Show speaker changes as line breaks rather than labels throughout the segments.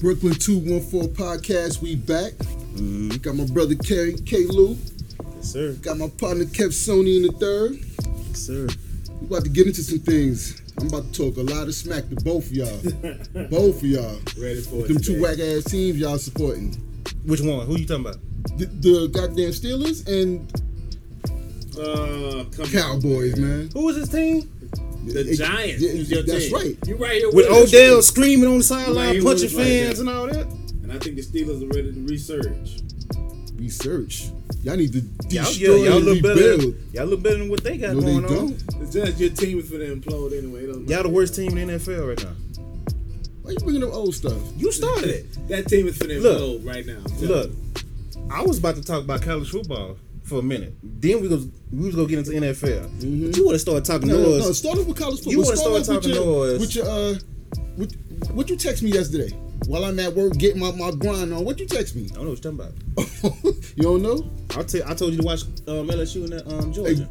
Brooklyn 214 podcast, we back. Got my brother K, K Lou.
Yes, sir.
Got my partner Kev Sony in the third.
Yes, sir.
We about to get into some things. I'm about to talk a lot of smack to both of y'all. both of y'all.
Ready for
Them two whack ass teams y'all supporting.
Which one? Who you talking about?
The, the goddamn Steelers and
Uh, come
Cowboys, man.
Who was his team?
The
It-
Giants.
yeah,
is your
that's
team.
right.
You right here
With
us.
Odell screaming on the
Man, he
sideline,
was
punching
right
fans and
there.
all that.
And I think the Steelers are ready to resurge.
Research. Y'all need to
Y'all,
destroy
y'all, y'all
and
look better.
rebuild.
Than, y'all look better than what they got
No, they
going
don't.
on.
It's just your team is for the implode anyway. It don't
Y'all the
matter.
worst team in the NFL right now.
Why you bringing up old stuff?
You started it.
That team is for the
Look.
implode right now. I'm telling
Look,
you.
I was about to talk about college football for a minute. Then we was we was gonna get into NFL. But you want to start talking
No,
to
no,
us?
no. Start off with college football.
You wanna
off
start
with
talking
your,
noise.
With your, uh, with, what you text me yesterday while I'm at work getting my, my grind on? What you text me?
I don't know what you're talking about.
you don't know?
I'll tell. I told you to watch um, LSU and uh, um, Georgia.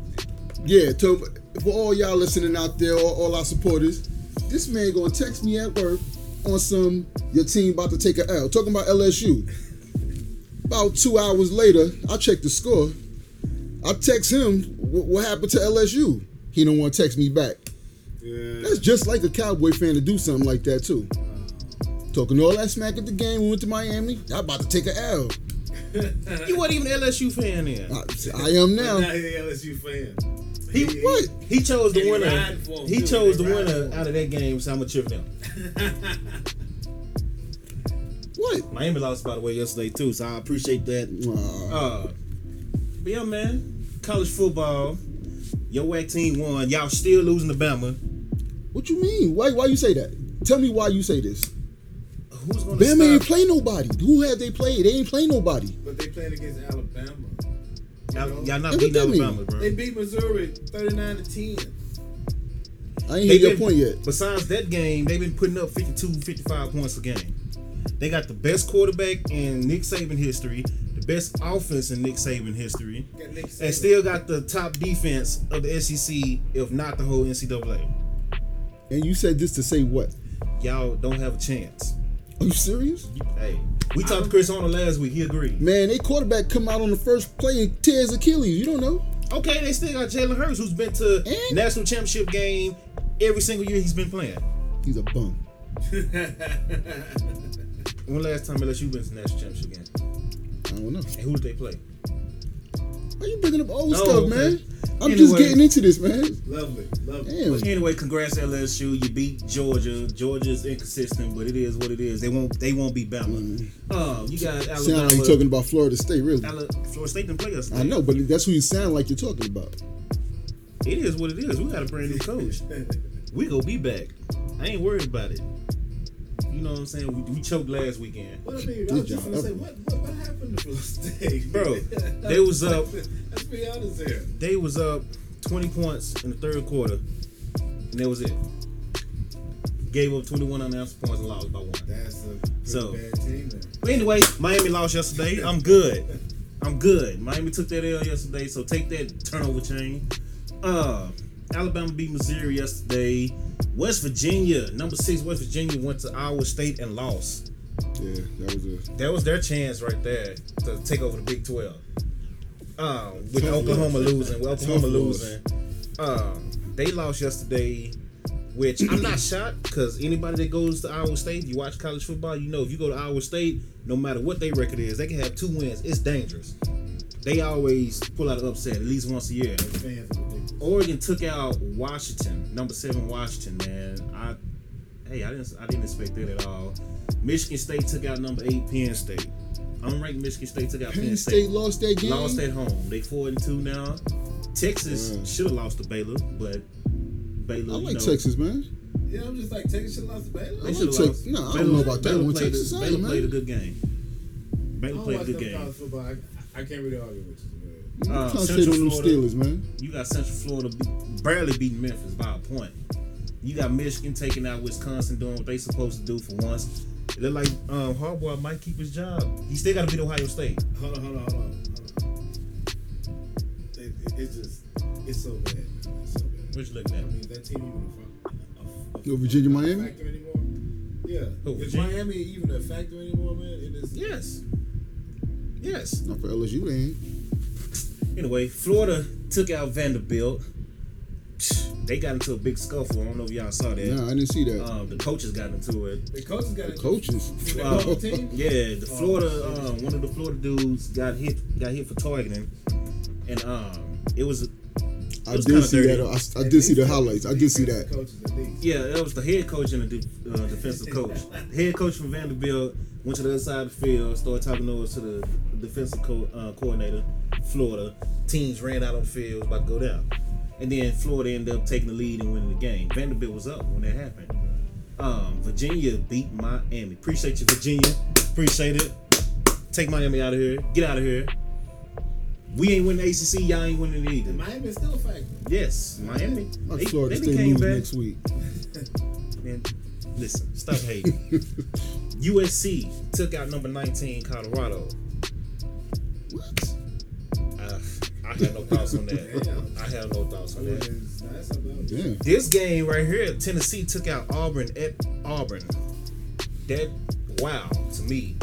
Yeah. To, for all y'all listening out there, all, all our supporters, this man gonna text me at work on some your team about to take a L. Talking about LSU. About two hours later, I check the score. I text him. What, what happened to LSU? He don't want to text me back.
Yeah.
That's just like a Cowboy fan to do something like that too. Talking all that smack at the game, we went to Miami. I about to take a L.
You weren't even an LSU fan then.
I, I am
Now,
now.
now he LSU fan.
He
What?
He chose
And
the
he
winner.
riding for him,
He
too.
chose
They
the
riding for
winner
him.
out of that game, so I'm gonna cheer for them.
What?
Miami lost by the way yesterday too, so I appreciate that.
Aw,
Uh, but yeah, man, college football, your whack team won. Y'all still losing to Bama.
what you mean? Why? Why you say that? Tell me why you say this.
Who's gonna
Bama ain't
stop?
play nobody. Who had they played? They ain't play nobody.
But they playing against Alabama.
Y'all, y'all
Hey,
not
what
beating
that mean?
Alabama, bro.
They beat Missouri 39 to 10.
I ain't
They
hear your
been-
point yet.
Besides that game, they've been putting up 52, 55 points a game. They got the best quarterback in Nick Saban history, the best offense in Nick Saban history,
Got Nick Saban.
and still got the top defense of the SEC, if not the whole NCAA.
And you said this to say what?
Y'all don't have a chance.
Are you serious?
Hey, we talked to Chris Arnold last week. He agreed.
Man, they quarterback come out on the first play and tears Achilles. You don't know.
Okay, they still got Jalen Hurts, who's been to
And-
national championship game every single year he's been playing.
He's a bum.
When last time LSU been to national championship game?
I don't know.
And who did they play?
Why you bringing up old
Oh,
stuff,
okay.
man? I'm just
Anyway.
getting into this, man.
lovely. Lovely.
Damn.
Anyway, congrats LSU. You beat Georgia. Georgia's inconsistent, but it is what it is. They won't. They won't beat Bama. Oh, you got Alabama.
Mm-hmm. Sound like you're talking about Florida State, really.
Ala- Florida State didn't play us.
I know, but that's who you sound like you're talking about.
It is what it is. We got a brand new coach. we gonna be back. I ain't worried about it. You know what I'm saying? We, we choked last weekend.
What I mean, I was
Good job.
just gonna say, what, what, what happened to Florida State?
Bro, they was up.
Let's be honest here.
They was up 20 points in the third quarter, and that was it. Gave up 21 unanswered points and lost by one.
That's a
So-
so, bad team. Then.
But anyway, Miami lost yesterday. I'm good. I'm good. Miami took that L yesterday, so take that turnover chain. Uh, Alabama beat Missouri yesterday. West Virginia, number six, West Virginia went to Iowa State and lost.
Yeah, that was a
That was their chance right there to take over the Big 12. Uh, with
Tough
Oklahoma losing, with
Tough
Oklahoma
loss.
losing. Uh, they lost yesterday, which I'm not shocked because anybody that goes to Iowa State, you watch college football, you know if you go to Iowa State, no matter what their record is, they can have two wins. It's dangerous. They always pull out an upset at least once a year.
The fans are ridiculous.
Oregon took out Washington, number seven Washington. Man, I hey, I didn't I didn't expect that at all. Michigan State took out number eight Penn State. Unranked Michigan State took out Penn,
Penn State lost that game.
lost at home. They four and two now. Texas
Yeah.
should have lost to Baylor, but
I
Baylor.
like
you know,
Texas, man.
Yeah, I'm just like taking shit lost to Baylor.
They
I
like
shoulda
Tex-
lost.
nah, I don't know about that
Baylor
one.
Played
Texas
a,
A,
Baylor
man.
played a good game. Baylor
don't
played a
watch
good
no
game.
college football. I, I can't really argue with you. man.
I'm
Uh,
trying to
Central
say them
Florida.
Steelers, man.
You got Central Florida be- barely beating Memphis by a point. You got Michigan taking out Wisconsin doing what they supposed to do for once. It look like um, Harbaugh might keep his job. He still got to beat Ohio State.
Hold on, hold on, hold on. Hold on. It, it, it's just, it's so bad. Man. It's so bad.
What you looking at?
I mean, that team even a, fuck- a, a,
Yo, Virginia, Miami?
factor anymore. Yeah.
Who,
Is
Virginia?
Miami even a factor anymore, man? It is.
Yes. Yes.
Not for LSU, they ain't.
Anyway, Florida took out Vanderbilt. They got into a big scuffle. I don't know if y'all saw that.
Nah, I didn't see that.
Um, the coaches got into it.
The coaches got it.
Coaches.
The
Wow.
whole team?
Yeah, the
Oh,
Florida,
shit.
uh, one of the Florida dudes got hit, got hit for targeting, and um, it was
I
was
did
kinda
see that.
dirty.
I, I
At
did see the
least-
highlights. I
at
did see
least
that.
Coaches, at least.
yeah, that was the head coach and the de- uh, defensive coach. head coach from Vanderbilt went to the other side of the field, started talking over to the defensive co- uh, coordinator, Florida. Teams ran out on the field, was about to go down, and then Florida ended up taking the lead and winning the game. Vanderbilt was up when that happened. Um, Virginia beat Miami. Appreciate you, Virginia. Appreciate it. Take Miami out of here. Get out of here. We ain't winning the ACC. Y'all ain't winning it either.
And Miami is still a factor.
Yes, Miami.
Watch
They,
Florida
they
State
came
lose
back.
next week.
Man, listen, stop hating. USC took out number 19 Colorado.
What?
Uh, I have no thoughts on that.
Damn.
I have no thoughts on that.
Wins. Nah, that's something else.
Damn.
This game right here, Tennessee took out Auburn at Auburn. That wow to me.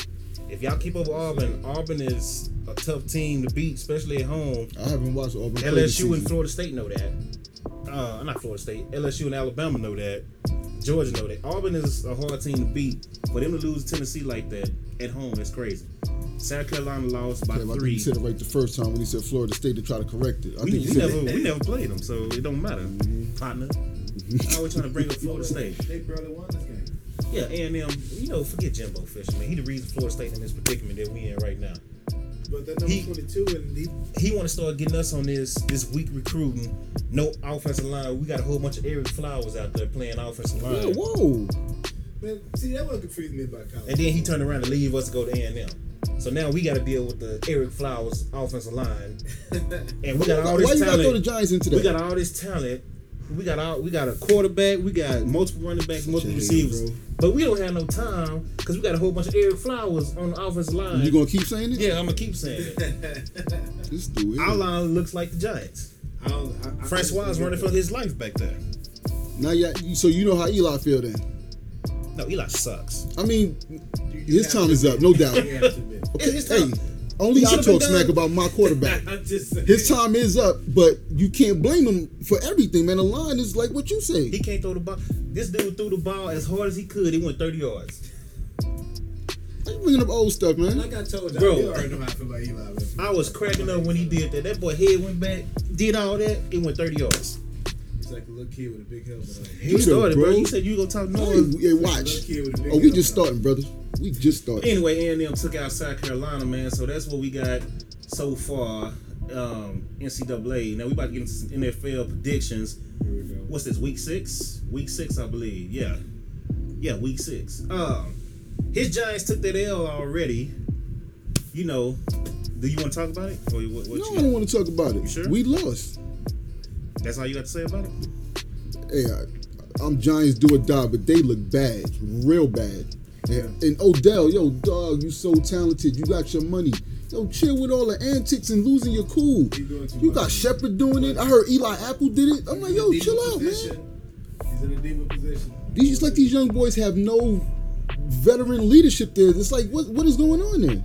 If y'all keep up with Auburn, Auburn is a tough team to beat, especially at home.
I haven't watched Auburn. play this
LSU and
season.
Florida State know that. Uh, not Florida State. LSU and Alabama know that. Georgia know that. Auburn is a hard team to beat. For them to lose to Tennessee like that at home is crazy. South Carolina lost by
Damn, I think
three.
you said it right the first time when he said Florida State to try to correct it. I
We,
think
we
you said Mm-hmm.
never we never played them, so it don't matter, partner. I always trying to bring up Florida State.
They barely won this game.
Yeah, and um, you know, forget Jimbo Fisher, man. He the reason Florida State in this predicament that we in right now.
But that number
He-
22 and he,
he want to start getting us on this this weak recruiting. No offensive line. We got a whole bunch of Eric Flowers out there playing offensive line.
Yeah, whoa.
man, see that one confused me about college.
And then he turned around to leave us to go to A and M. So now we got to deal with the Eric Flowers offensive line, and we got all
Why
this
you gotta throw the
talent.
Giants into that?
We got all this talent. We got all we got a quarterback. We got multiple running backs, multiple
a hater,
receivers.
bro.
But we don't have no time because we got a whole bunch of Eric Flowers on the offensive line.
you gonna keep saying it?
yeah, I'm gonna keep saying it.
This dude.
Our
Is.
line looks like the Giants.
I don't, I, I
Francois is running for his life back there.
Now, yeah. So you know how Eli feel then?
No, Eli sucks.
I mean,
You- you
his
have
time
to
is up,
admit.
no doubt.
You have to admit.
Okay,
his
hey,
time.
only
He
I
should've been
talk smack
done.
about my quarterback.
I'm just saying.
His time is up, but you can't blame him for everything, man. The line is like what you say.
He can't throw the ball. This dude threw the ball as hard as he could. It went 30 yards.
Why you bringing up old stuff, man?
Like I told you,
Bro.
you already know how I feel about Eli. man.
I was cracking up when he did that. That boy head went back, did all that. It went 30 yards.
He's like a little kid with a big helmet. on.
You
Shut up,
started, bro.
bro.
You said you gonna talk
Hey,
noise.
yeah, watch.
Little kid with a big
Oh, we
helmet
just
on.
starting, brother. We just starting.
Anyway, A&M took out South Carolina, man. So that's what we got so far. Um, NCAA. Now we about to get into some NFL predictions.
Here we go.
what's this week six week six i believe yeah yeah week six um his giants took that l already you know do you want to talk about it or what, what
No, I
you,
don't want to talk about it.
You sure?
We lost.
that's all you got to say about it
Hey, I, I'm Giants do or die, but they look bad, real bad. And, and Odell, yo, dog, you so talented. You got your money. Yo, chill with all the antics and losing your cool.
He doing too
You
much.
got Shepard doing it. I heard Eli Apple did it. I'm like,
He's
yo,
in a
chill
deeper
out, man.
position. He's in a deeper position.
These just like these young boys have no veteran leadership there. It's like what what is going on there?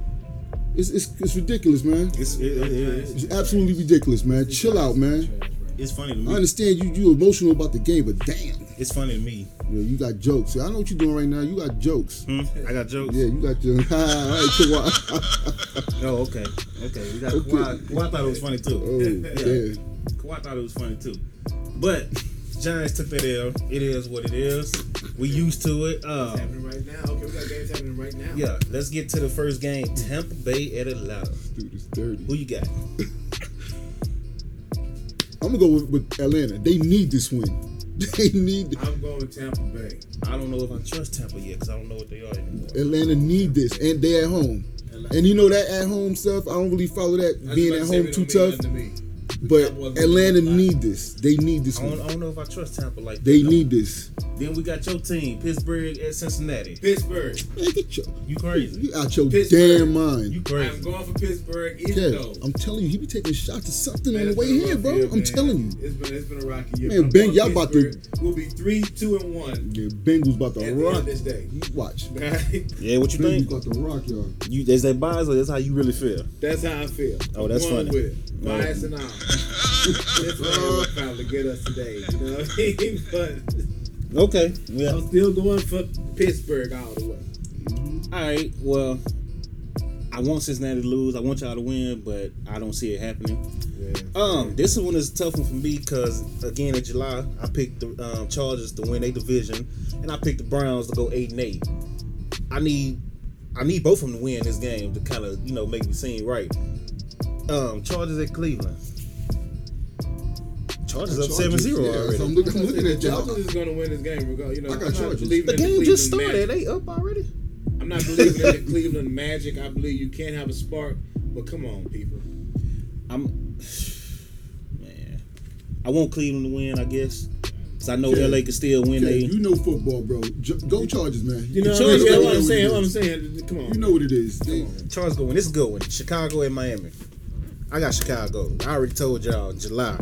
It's it's, it's ridiculous, man.
it's it, it, it,
It's absolutely ridiculous, man. Chill out, man.
Trash, bro.
it's funny to
I
me
understand you you emotional about the game, but damn,
it's funny to me
yo, you got jokes. I know what you're doing right now. You got jokes.
hmm? i got jokes
Yeah, you got your. All right, Kawhi.
oh okay okay we got Kawhi. Kawhi thought it was funny too
Oh, yeah.
Kawhi thought it was funny too. But Giants took that L. It is what it is. We used to it.
It's
Um,
happening right now. Okay, we got games happening right now.
yeah, let's get to the first game. Tampa Bay at Atlanta.
Dude, it's dirty.
Who you got?
I'm gonna go with, with Atlanta. They need this win. They need.
I'm going with Tampa Bay.
I don't know if I trust Tampa yet because I don't know what they are anymore.
Atlanta need this, and they at home. And you know that at home stuff. I don't really follow that
I
being at
just about
home
to
too
say we
tough.
don't mean nothing to me.
But
Cowboys
Atlanta
gonna be
need this. They need this
I don't,
one.
I don't know if I trust Tampa like that.
They
though.
need this.
Then we got your team, Pittsburgh at Cincinnati.
Pittsburgh.
Man, get your,
You crazy.
you out your
Pittsburgh.
damn mind.
You
I'm
crazy.
going for Pittsburgh, even
Yeah,
though.
I'm telling you, he be taking shots at something
Man,
on the
it's
way
been a
here,
rough
bro.
year,
I'm
man.
telling you.
It's been it's been a rocky year.
Man,
but I'm
Ben,
going
y'all about to-
Pittsburgh. We'll be three, two, and one
Yeah, Bengals about to
at the end
rock.
of this day.
You watch.
Yeah, what you
Bengals
think?
about to rock, y'all.
You is that bias or that's how you really feel?
That's how I feel.
Oh, that's
One
funny.
With it.
Yeah.
Bias and all. That's what they probably get us today. You know what I mean? But
Okay. Yeah.
I'm still going for Pittsburgh all the way.
All right. Well, I want Cincinnati to lose. I want y'all to win, but I don't see it happening. Um, this one is a tough one for me because again in July I picked the um, Chargers to win a division, and I picked the Browns to go eight and eight. I need, I need both of them to win this game to kind of you know make me seem right. Um, Chargers at Cleveland. Chargers up 7-0
Yeah, so I'm,
already.
look, I'm looking at
Chargers
y'all.
is going to win this game. Regardless, you know,
I got
I'm not
Chargers.
believing
The
in
game just
Cleveland
started.
magic.
They up already.
I'm not believing in the Cleveland magic. I believe you can have a spark, but come on, people.
I'm man. I want Cleveland to win, I guess. Cause I know
Yeah.
LA can still win.
Yeah,
they
you know football, bro. J- go Chargers, man.
You know
The
what, I
Chargers
mean? Yeah,
gotta
what
win
I'm
with
saying?
this.
What I'm saying? Come on.
You know what it is. They-
Charles going. This is a good one. Chicago and Miami. I got Chicago. I already told y'all July.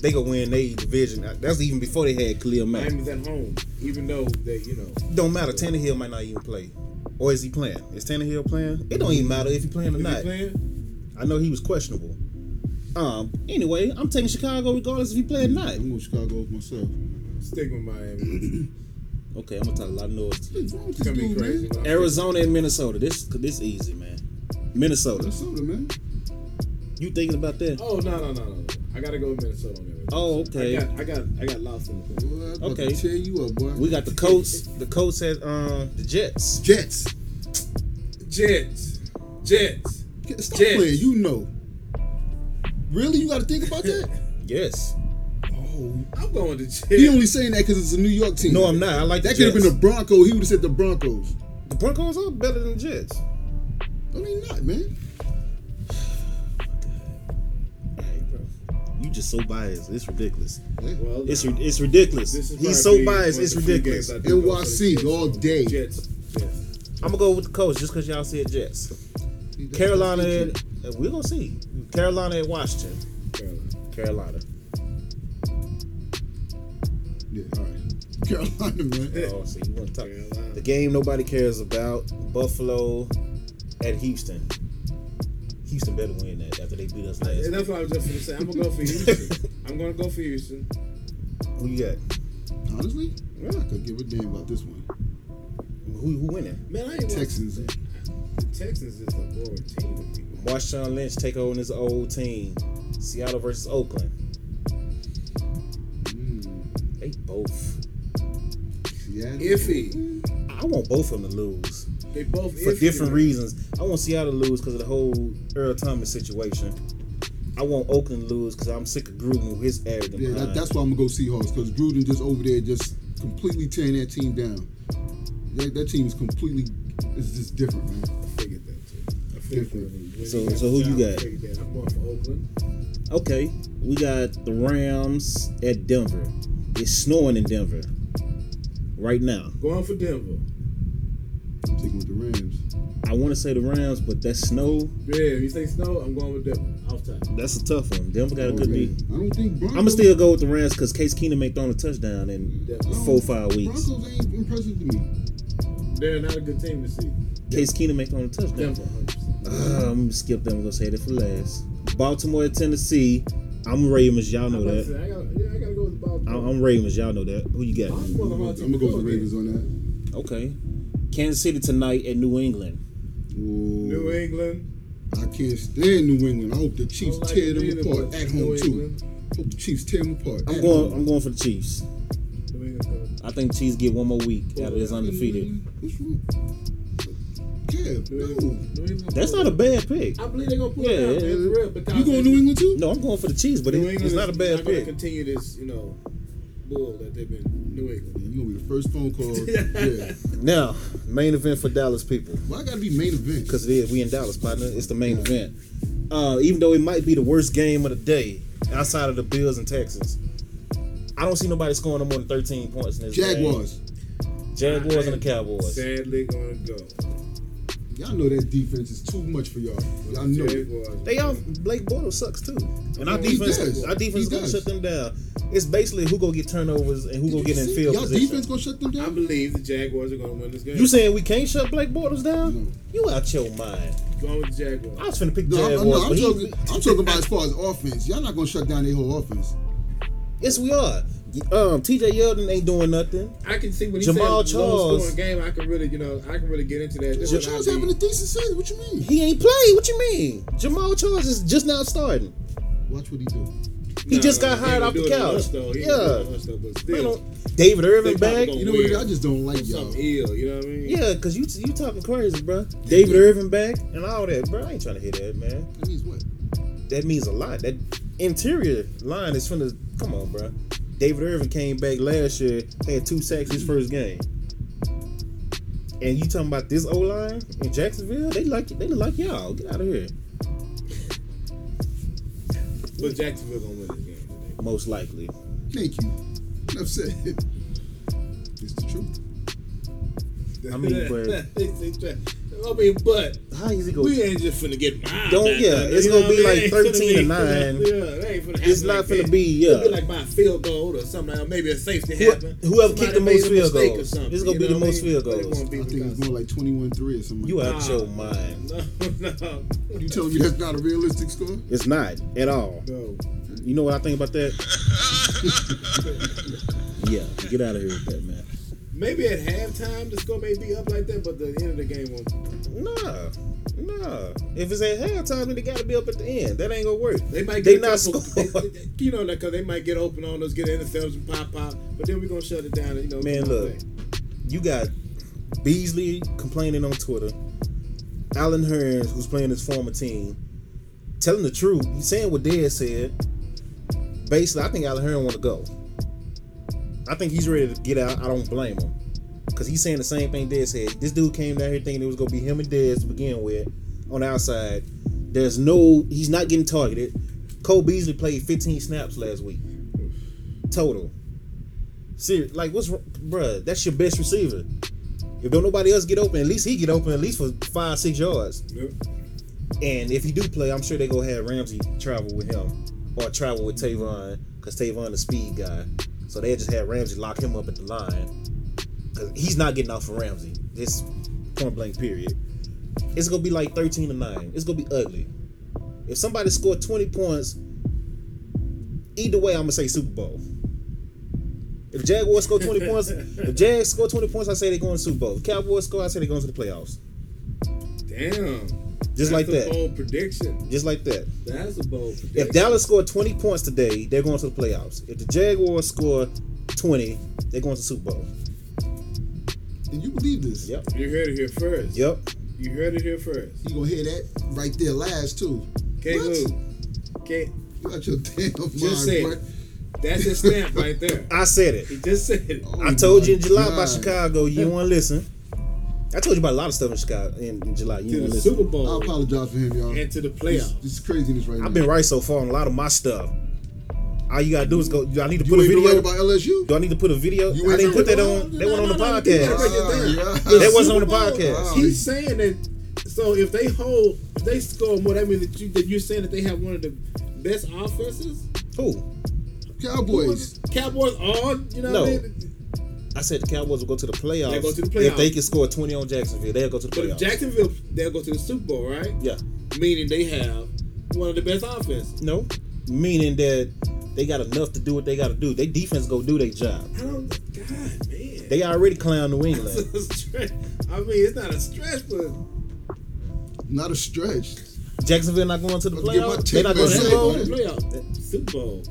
They gonna win their division. Uh, That's even before they had Khalil Mack.
Miami's at home, even though they, you know,
Don't matter. Tannehill might not even play. Or is he playing? Is Tannehill playing? It don't even matter if he playing or
if
not.
you playing,
I know he was questionable. Um. Anyway, I'm taking Chicago regardless if he play or not.
I'm going Chicago myself.
stick with Miami.
Okay, I'm gonna talk a lot of noise.
What's wrong with
It's
this
gonna be
dude,
crazy.
man?
but I'm
Arizona and Minnesota. This this easy, man. Minnesota.
Minnesota, man.
You thinking about that?
Oh no no no no! no. I gotta go with Minnesota on that. one.
Oh, okay.
I got I got I got lost in the thing.
Boy, I'm about
Okay.
to tear you up, boy.
We got the Colts. The Colts had um the Jets.
Jets.
Jets, Jets.
Stop
Jets.
playing. You know. Really, you got to think about that.
Yes.
oh,
I'm going to Jets.
he only saying that because it's a New York team.
No, I'm not. I like
That
the
could have been the Broncos. He would have said the Broncos.
the Broncos are better than the Jets.
No, they not, man.
Hey, bro, you just so biased. It's ridiculous.
well,
It's
nah.
ri- it's ridiculous.
This is
He's so
probably
biased.
one of
It's
the few
ridiculous.
games I
I'm
do go for the
NYC
Jets.
all day.
Jets, Jets.
gonna go with the Colts just because y'all said Jets. Carolina. At, uh, we're gonna see. Carolina at Washington.
Carolina.
Carolina.
Yeah, all right. Carolina, man.
Oh, see, you want to talk
Carolina.
the game nobody cares about? Buffalo at Houston. Houston better win that after they beat us last.
And
week.
that's what I was just gonna say. I'm gonna go for Houston. I'm gonna go for Houston.
Who you got?
Honestly, I could give a damn about this one.
Who who winning?
Man, I ain't watching-
Texans.
The Texans is a boring team. to people.
Marshawn Lynch take on his old team. Seattle versus Oakland.
Mm,
They both.
Seattle.
Iffy.
I want both of them to lose
They both
for
iffy.
different reasons. I want Seattle to lose because of the whole Earl Thomas situation. I want Oakland to lose because I'm sick of Gruden with his arrogant.
Yeah, that,
mind.
that's why I'm gonna go Seahawks because Gruden just over there just completely tearing that team down. That, that team is completely it's just different, man.
I figured that too. I figured
Different.
that. When
So-
he got
so who
the
you
job, I
got?
figured that. I'm going for Oakland.
Okay, we got the Rams at Denver. It's snowing in Denver right now.
Going for Denver.
I'm taking with the Rams.
I want to say the Rams, but that snow,
Yeah, if you say snow, I'm going with Denver. Off time.
that's a tough one. Denver got a
Oh,
good
man.
lead.
I don't think Broncos.
I'm gonna still go with the Rams because Case Keenum ain't thrown a touchdown in
Yeah.
four five weeks.
Broncos ain't impressive to me.
They're not a good team to see.
Case Keenum ain't thrown a touchdown.
Denver, 100%.
Uh, I'm gonna skip them. I'm gonna say that for last. Baltimore at Tennessee. I'm Ravens. Y'all know
I'm about to say,
that.
I gotta, yeah, I gotta go with the Baltimore.
I'm, I'm Ravens. Y'all know that. Who you got?
Baltimore,
I'm
hard team
gonna go
to
with the Ravens on that.
Okay. Kansas City tonight at New England.
New
Ooh,
England.
I can't stand New England. I hope the
I
Chiefs
don't like
tear them
either,
apart
but
at
New
home too.
England-
Hope the Chiefs tear them apart.
I'm
at
going.
home.
I'm going for the Chiefs.
New England's gonna-
I think Chiefs get one more week out of this undefeated.
What's wrong? Yeah,
New
no.
England. New England.
That's not a bad pick.
I believe they're gonna pull
Yeah,
it out,
yeah,
man. For real. Because
You going to New England too?
No, I'm going for the Chiefs, but
New
it-
England
it's not a
is
bad
not gonna
pick.
continue this, you know, bull that they've been. New England.
You gonna be the first phone call. yeah.
Now, main event for Dallas people.
Why I gotta be main event?
because it is. We in Dallas, partner. It's the main event. Uh, even though it might be the worst game of the day outside of the Bills and Texans, I don't see nobody scoring no more than 13 points in this
Jaguars.
game. Jaguars and the Cowboys.
Sadly, gonna go.
Y'all know that defense is too much for y'all. Y'all know it.
Jaguars.
They all Blake Bortles sucks too, and our
He
defense,
does.
our defense is
He
gonna
does.
shut them down. It's basically who gonna get turnovers and who gonna get in
See,
field
Y'all
position.
defense gonna shut them
I
down?
believe the Jaguars are gonna win this game.
you saying we can't shut Blake Bortles down?
No.
You out your mind?
going with the Jaguars?
I was finna pick
No, I'm,
Jaguars,
no, I'm
but he-
talking. I'm talking about as far as offense. Y'all not gonna shut down their whole offense.
yes, we are. Um, T.J. Yeldon ain't doing nothing.
I can see when he
Jamal
said
Charles.
low scoring game. I can really, you know, I can really get into that. This
Jamal
is
Charles
not
having a
the-
decent season. What you mean?
He ain't played. What you mean? Jamal Charles is just now starting.
Watch what he do.
He
Nah,
just
nah,
got
he
hired
can
off
do
the
it on
couch.
us, though. He can do it
Yeah.
on us, though, but
I
still,
don't- David Irving
They probably
back.
gonna-
You know what? it is?
Weird.
I just don't like y'all.
something ill. You know what I mean?
Yeah, cause you you talking crazy, bro. David Irving back and all that, bro. I ain't trying to hear that, man.
That means what?
that means a lot. That interior line is from the come on, bro. David Irvin came back last year, had two sacks his first game. And you talking about this O line in Jacksonville? They like they look like y'all. Get out of here.
But Jacksonville gonna win this game. today.
Most likely.
Thank you. Enough said. It's the truth.
I mean, but-
I mean, but
How is it go?
we ain't just finna get mine.
Don't-
back,
yeah,
man.
it's
You
gonna
know
be
what I mean?
like
It ain't
13 to
finna be-
9.
Yeah, it ain't finna happen
It's not
like
finna
that.
be,
It'll be
yeah.
like by a field goal or something. Like, maybe a safety
Who-
happen.
whoever kicked the
Somebody
most
made a
field
mistake or
goals.
something,
It's gonna
you
be the
know what I
most
mean?
field
But it
goals.
won't be
I think it's
because-
more like 21-3 or something.
You
like
out your mind.
No, no.
that. You telling me that's not a realistic score?
It's not at all.
No.
You know what I think about that? yeah, get out of here with that, man.
Maybe at halftime the score may be up like that, but the end of the game won't.
Nah, nah. If it's at halftime, then it gotta be up at the end. That ain't gonna work.
They might
They
get a
not
couple-
score.
they- they- you know, because they might get open on us, get an interception, pop pop, but then we're gonna shut it down. And, you know,
Man,
come
look,
back.
you got Beasley complaining on Twitter. Alan Hearns, who's playing his former team, telling the truth. He's saying what Dad said. Basically, I think Alan Hearns want to go. I think he's ready to get out. I don't blame him. Because he's saying the same thing Dad said. This dude came down here thinking it was going to be him and Dez to begin with on the outside. There's no, he's not getting targeted. Cole Beasley played 15 snaps last week. Total. Serious. Like, what's, wr- bruh, that's your best receiver. If don't nobody else get open, at least he get open at least for five, six yards.
Yep.
And if he do play, I'm sure they gonna have Ramsey travel with him or travel with Tavon because Tavon the speed guy. So they just had Ramsey lock him up at the line because he's not getting off of Ramsey. This point blank period. It's gonna be like 13 to nine. It's gonna be ugly. If somebody scored 20 points, either way, I'm gonna say Super Bowl. If Jaguars score 20 points, if Jags score 20 points, I say they going to Super Bowl. If Cowboys score, I say they going to the playoffs.
Damn.
Just
That's
like
a
that.
bold prediction.
Just like that.
That's a bold prediction.
If Dallas scored 20 points today, they're going to the playoffs. If the Jaguars score 20, they're going to the Super Bowl.
And you believe this?
Yep.
you heard it here first.
Yep.
You heard it here first.
You gonna hear that right there last too.
Can't
What?
move. Can't.
You out your damn
Just
mind,
say
bro.
it. That's his stamp right there.
I said it.
He just said it.
Oh
I told you in
my
July about
God.
Chicago. You didn't want to listen. I told you about a lot of stuff in Chicago in, in July. You
To
didn't want
the
to listen.
Super
I
Bowl
apologize for him, y'all.
and to the
This,
playoffs.
this is craziness right
I've
now.
been right so far on a lot of my stuff. All you gotta do is go. I need to
You
put a
ain't been right
video.
about LSU?
Do I need to put a video?
You
I
ain't
didn't put that
been-
on. That went on the
No, no, no, no,
podcast.
no, no, no.
Ah,
The
That wasn't on
Super
the
Bowl,
podcast.
He's saying that. So if they hold, if they score more, that means that, you, that you're saying that they have one of the best offenses.
Who?
Cowboys.
Cowboys are, you know,
No.
what I mean?
I said the Cowboys will go to the playoffs.
They'll go to the
If they
playoffs.
can score 20 on Jacksonville, they'll go to the
but if
playoffs.
Jacksonville they'll go to the Super Bowl, right?
yeah.
Meaning they have one of the best offenses.
No. Meaning that they got enough to do what they got to do. They defense go do their job.
I don't, God, man.
They already clown New
It's
England.
a stretch. I mean, it's not a stretch, but
Not a stretch.
Jacksonville not going to the
Let's get my
playoffs.
take
They not going to
back.
the
Super
Super
Bowl,
Bowl?
Bowl.
playoff, Super Bowl.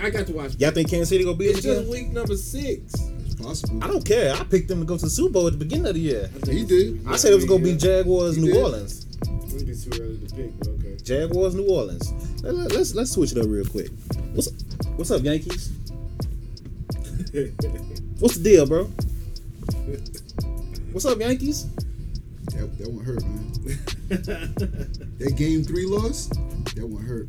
I, I got to watch.
Y'all think Kansas City gonna beat
it's
us
just
again?
week number six.
It's possible.
I don't care. I picked them to go to the Super Bowl at the beginning of the year.
He did.
I said it was gonna be Jaguars
You
New
did?
Orleans.
It's gonna be too early to pick, but okay.
Jaguars New Orleans. Let- let- Let's let's switch it up real quick. What's what's up Yankees? What's the deal, bro? What's up Yankees?
That, that one hurt, man. that game three loss, that one hurt.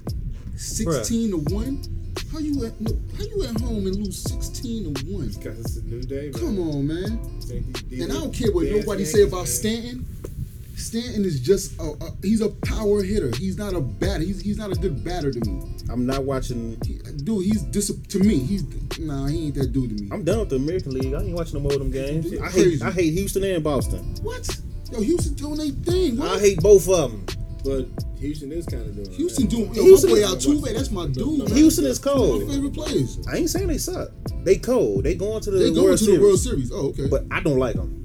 16 to 1 How you at no, how you at home and lose sixteen to one?
Because it's a new day, man.
Come on, man. And I don't care what nobody say
said
about Stanton. Stanton is just a, a he's a power hitter. He's not a batter. He's, he's not a good batter to me.
I'm not watching.
He- dude, he's dis to me. He's nah, he ain't that dude to me.
I'm done with the American League. I ain't watching no more of them games. I hate,
Crazy.
I hate Houston and Boston.
what? Yo, Houston doing their thing. What?
I hate both of them.
But Houston is kind of doing.
Houston
all
doing.
right.
Yo,
Houston-
Houston, my boy Altuve, that's my dude. man.
Houston is
One of my
cold.
favorite players.
I ain't saying they suck. They cold. They going to the
They
World
going to
Series.
the World Series. Oh, okay.
But I don't like them.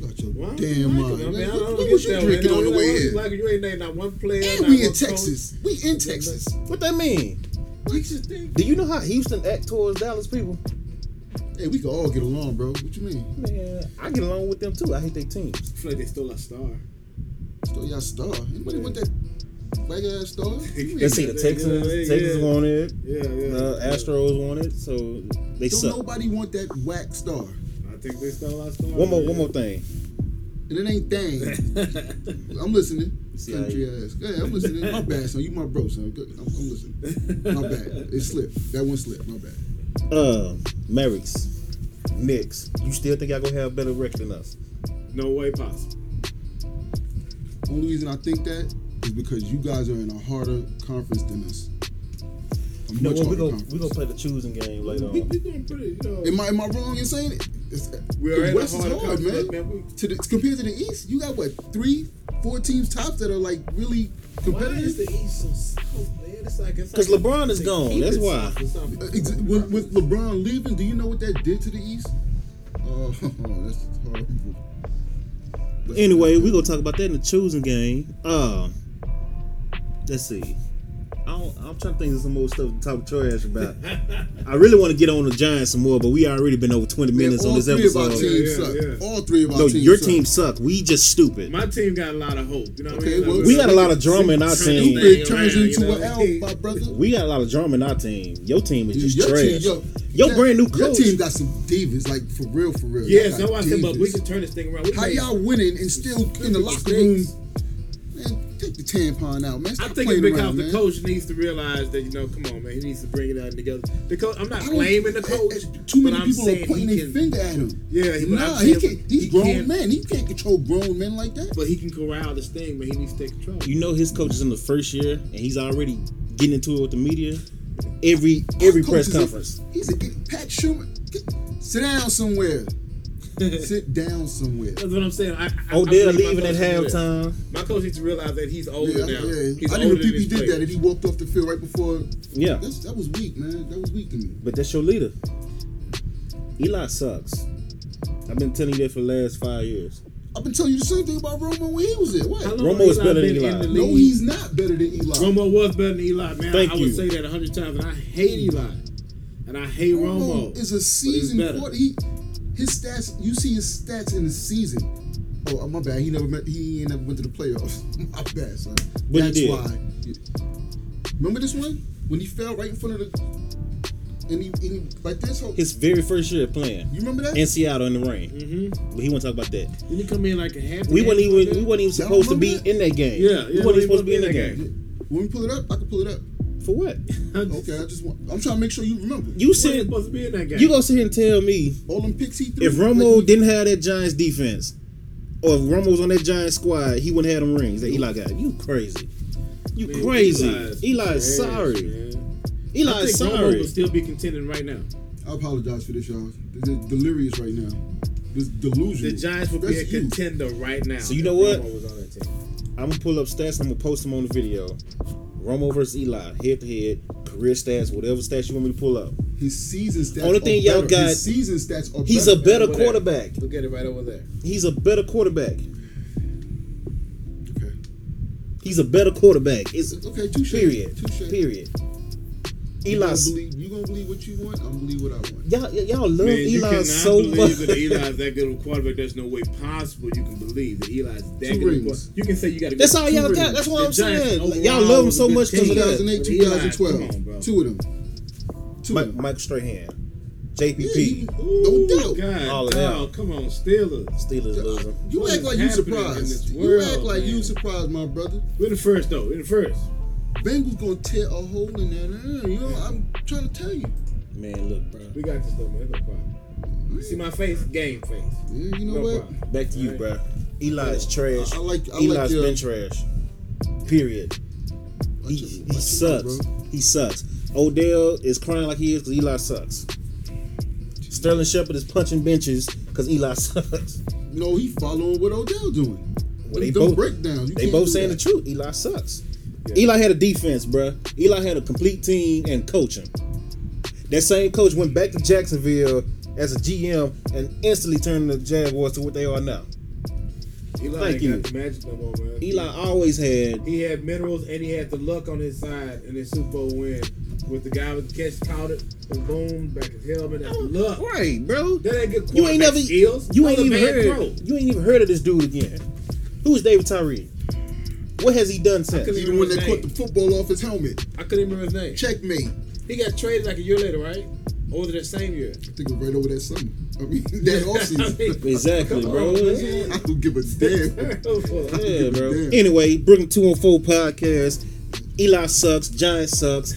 Got your
Why?
damn
Why?
mind.
I mean, I
man,
don't
what
get
what was you
that,
drinking
man.
on the
Like,
way
why
in?
Like you ain't named not one player.
And
not
we
one
in
coach.
Texas. We in Texas.
What that mean?
We
What you think?
Do you know how Houston act towards Dallas people?
Hey, we can all get along, bro. What you mean?
Man, I get along with them too. I hate their teams.
I feel like they stole a star.
Stole y'all star. Anybody want that wag ass star?
They see the
Yeah,
Texans.
yeah,
Texans
yeah.
want it.
Yeah, yeah.
Uh,
The Astros want it. So they
Don't
suck.
nobody want that whack star.
I think they stole our star.
One more,
man.
one more thing.
And it ain't thing. I'm listening.
See how
Country ass. Yeah, I'm listening. My bad, son. You my bro, son. Good. I'm, I'm listening. My bad. It slipped. That one slipped. My bad.
Uh, Mavericks, Knicks. You still think y'all gonna have a better record than us?
No way possible.
Only reason I think that is because you guys are in a harder conference than us. A
You know
much
what? We
harder
gonna
conference.
we gonna play the choosing game later
We,
on.
we doing pretty. You know,
Am I, am I wrong in saying it? It's, uh,
We're
the
in a
West is
harder
hard, man.
conference, man. We-
To the, compared to the East, you got what three, four teams tops that are like really
why is
competitive.
the East so soft, man? It's like it's
'Cause
like
LeBron is
they
gone,
keep
that's
it
why.
soft or something.
Uh, ex- with, with LeBron leaving, do you know what that did to the East? Oh, that's horrible. But-
Anyway, we gonna talk about that in the choosing game. Uh, let's see. I don't, I'm trying to think of some more stuff to talk trash about. I really want to get on the Giants some more, but we already been over 20
Man,
minutes on
all
this
three of our
episode.
teams
Yeah,
suck.
yeah, yeah.
All three of our
No,
teams.
your
suck.
team suck. We just stupid.
My team got a lot of hope. You know what
Okay,
I mean?
well,
Like,
we
got a lot of drama in our
Turn this
team.
thing
It turns
around,
into
you know?
an L, my brother.
We got a lot of drama in our team. Your team is
Dude,
just
your
trash.
team, yo,
your
that-
brand new
Your
coach.
team got some divas, like for real, for real.
Yeah,
Y'all got
so I said, but we
divas.
can turn this thing around. We
How
made-
y'all winning and still in the locker room? Man, take the tampon out, man.
I
Stop
think
playing
it's because
around,
the
man.
coach needs to realize that you know, come on, man, he needs to bring it out together. The coach, I'm not
I don't-
blaming the
eh,
coach,
eh, Too
but
many
I'm
people
saying
are pointing
he
their
can,
finger at him.
Yeah, but
nah,
I'm
he
saying
can't. These
he
grown
can't-
men, he can't control grown men like that.
but he can corral this thing, but he needs to take control.
you know his coach is in the first year and he's already getting into it with the media every every
Our
press
coach is a-
conference.
he's a get- Pat Schumer. Get, sit down somewhere. sit down somewhere.
That's what I'm saying. I, I, I
Odell
believe my
leaving at
coach can do that.
halftime.
My coach needs to realize that he's older
Yeah, I-
now.
yeah.
He's
I didn't
older than
think he
his
did that,
players.
and he walked off the field right before.
Yeah,
That's, that was weak, man. That was weak to me.
but that's your leader. Eli sucks. I've been telling you that for the last five years.
I've been telling you the same thing about Romo when he was there. What?
How long
Romo
has
is
Eli
better than
been
Eli.
in the
No,
league?
he's not better than Eli.
Romo was better than Eli, man.
Thank
I
you.
would say that a hundred times, and I hate Eli, and I hate Romo.
Romo is a
better.
season quarter. He, his stats, you see his stats in the season. Oh, my bad. He never met, he ain't never went to the playoffs. my bad, son.
But he
That's
did.
why. Remember this one when he fell right in front of the and he, and he like this whole.
His very first year playing
you remember that?
in Seattle in the rain.
Mm-hmm.
But he won't talk about that.
Then he come in like a half.
We weren't even we weren't even
Y'all
supposed to be
remember that?
in that game.
Yeah, yeah,
we weren't even supposed to be in that game.
when we pull it up, I can pull it up.
For what?
Okay, I just want. I'm trying to make sure you remember
You
Said,
said
supposed to be in that game.
you gonna sit here and tell me
all them picks he threw.
if Romo
like,
didn't have that Giants defense, or if Romo was on that Giants squad, he wouldn't have them rings that Eli got. You crazy. You
Man,
crazy.
Eli's
Eli is
trash,
sorry.
man.
Eli
I
is
think Romo
sorry.
will still be contending right now.
I apologize for this, y'all. This is delirious right now. This delusion.
The Giants will be a
That's you.
contender right now.
So you know
if
what?
Romo was on that team.
I'm gonna pull up stats. I'm gonna post them on the video. Romo versus Eli, head to head, career stats, whatever stats you want me to pull up.
His season stats.
Only thing
are
y'all
better.
got-
His season stats are.
He's a
better.
better
Whatever.
quarterback.
Look at it right over there.
He's a better quarterback.
Okay.
He's a better quarterback. It's
Okay. Touche.
period.
Touche.
Period.
You gonna
Eli's
believe- You gonna believe what you want? I'm gonna believe what I want.
y'all y'all love
Man, you
Eli
cannot
so
believe that
much.
Eli is that good of a quarterback. There's no way possible you can believe that Eli is
Two
that good. Of a
rings.
quarterback. You can say you got to.
That's all y'all got. That's what I'm saying. Like, y'all love him so much 'cause of that.
2008,
Eli, come
2012.
on, bro.
Two of them. Two
Mike,
of them.
Michael Strahan,
Yeah,
JPP,
he- no
Ooh,
doubt.
God,
All of them.
dog, come on, Steelers.
Steelers loser.
You
What
act
is
like you
happening in this
surprised. You
world,
act like you
man?
surprised, my brother.
We're the first though. We're the first.
Bengals gonna tear a hole in that. ass. You know, I'm trying to tell you.
Man, look, bro.
We got this though, man. It's no problem. You see my face? Game face.
Yeah, you know
No
what?
problem.
Back to you,
All
bro. Eli is trash.
I- I like- I like
Eli's
your-
been trash. Period.
Watch
He,
your-
he
watch your
sucks.
mouth, bro.
He sucks. Odell is crying like he is because Eli sucks. Sterling Shepard is punching benches because Eli sucks.
No, he following what Odell doing.
Well,
they
they
both
both-
breakdowns. You
They
can't
both
do
saying
that.
the truth. Eli sucks.
Yeah.
Eli had a defense, bruh. Eli had a complete team and coaching. That same coach went back to Jacksonville as a GM and instantly turned the Jaguars to what they are now.
Eli
Thank
ain't
you.
got the magic no more, man.
Eli always had
He had minerals and he had the luck on his side in his Super Bowl win with the guy with the catch caught it, boom, boom, back his helmet. That's luck.
right, bro.
That ain't good
Oh, You ain't
quarterback
never
skills.
you
That
ain't
was a
even
bad
heard
throw.
you ain't even heard of this dude again. Who is David Tyree? What has he done
couldn't
since?
Even when they caught the football off his helmet.
I couldn't even remember his name.
Checkmate.
He got traded like a year later, right? Or was it that same year?
I think it was right over that summer. I mean, that offseason.
Exactly,
Come
bro.
on, man.
I don't give a damn.
Yeah, bro.
Damn.
Anyway, Brooklyn 214 podcast. Eli sucks, Giants sucks.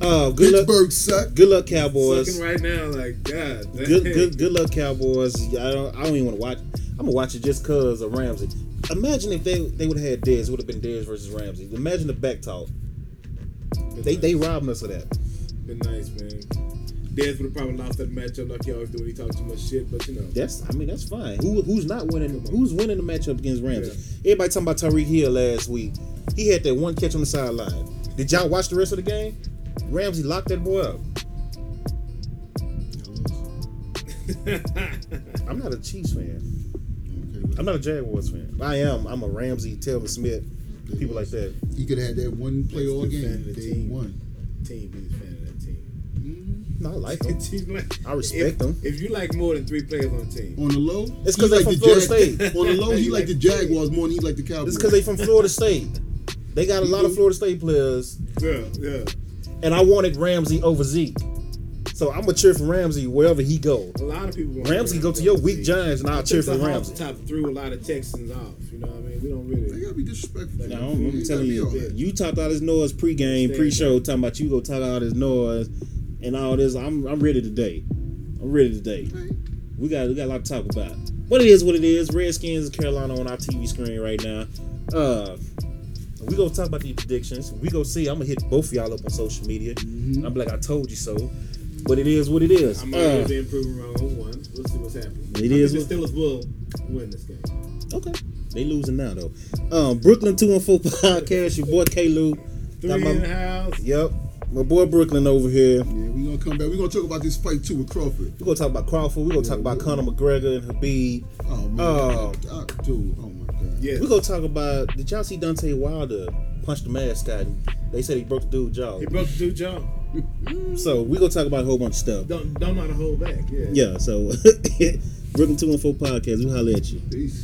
Uh good luck
Pittsburgh suck.
good luck Cowboys.
Sucking right now, like God. Dang.
Good good good luck Cowboys. I don't I don't even want to watch I'm gonna watch it just cause of Ramsey. Imagine if they they would have had Dez, it would have been Dez versus Ramsey. Imagine the back talk.
Been
They
nice.
they robbing us of that.
been nice, man. Dez would have probably lost that matchup like he always do when he talks too much shit, but you know.
That's I mean that's fine. Who who's not winning? Who's winning the matchup against Ramsey? Everybody talking about Tyreek Hill last week. He had that one catch on the sideline. Did y'all watch the rest of the game? Ramsey locked that boy up. I'm not a Chiefs fan. I'm not a Jaguars fan. I am. I'm a Ramsey, Telvin Smith, people like that.
He could have had that one play all
Let's do fan
game.
of the
They
team.
won.
team be the fan of that team.
No, I like them.
Team like-
I respect
if,
them.
If you like more than three players on the team,
On the low,
It's
he
'cause they from Florida
Jag-
State.
On the low, he
You
like the
like-
Jaguars more than he like the Cowboys.
This is because they from Florida State. They got a lot of Florida State players,
yeah, yeah.
and I wanted Ramsey over Zeke. So I'm gonna cheer for Ramsey wherever he go.
A lot of people. Want
Ramsey go to your weak Giants,
Giants.
and I'll
I
cheer
cheer
for Ramsey.
Top threw a lot of Texans off. You know what I mean? We don't
They
really.
gotta be disrespectful.
No, I'm, I'm
They
telling
gotta be all
you,
that.
you talked all this noise pre-game,
Stand.
pre-show, talking about you go talk all this noise and all this. I'm I'm ready today. I'm ready today.
Okay.
We got we got a lot to talk about. But it is what it is. Redskins of Carolina on our TV screen right now. Uh, we gonna talk about these predictions. We gonna see. I'm gonna hit both of y'all up on social media.
Mm-hmm.
I'm like, I told you so. But it is what it is.
I'm
Uh,
already been proven wrong on one. We'll see what's happening.
It
I think
is
The Steelers will win this game.
Uh, okay, they losing now though. Um, Brooklyn Two and Four podcast. Your boy K. Lou.
Three
Got my-
in the house.
Yep. My boy Brooklyn over here.
Yeah, we're gonna come back. We're gonna talk about this fight too with Crawford.
We're gonna talk about Crawford. We're gonna talk about Conor McGregor and Habib.
Oh man,
Oh.
I, I, dude, oh my god.
Yeah.
We're gonna talk about did y'all see Dante Wilder punch the mascot and they said he broke the dude's jaw.
He broke the dude jaw.
So we're gonna talk about a whole bunch of stuff.
Don't don't know how to hold back. Yeah.
Yeah, so Brooklyn 214 Podcast, we holler at you.
Peace.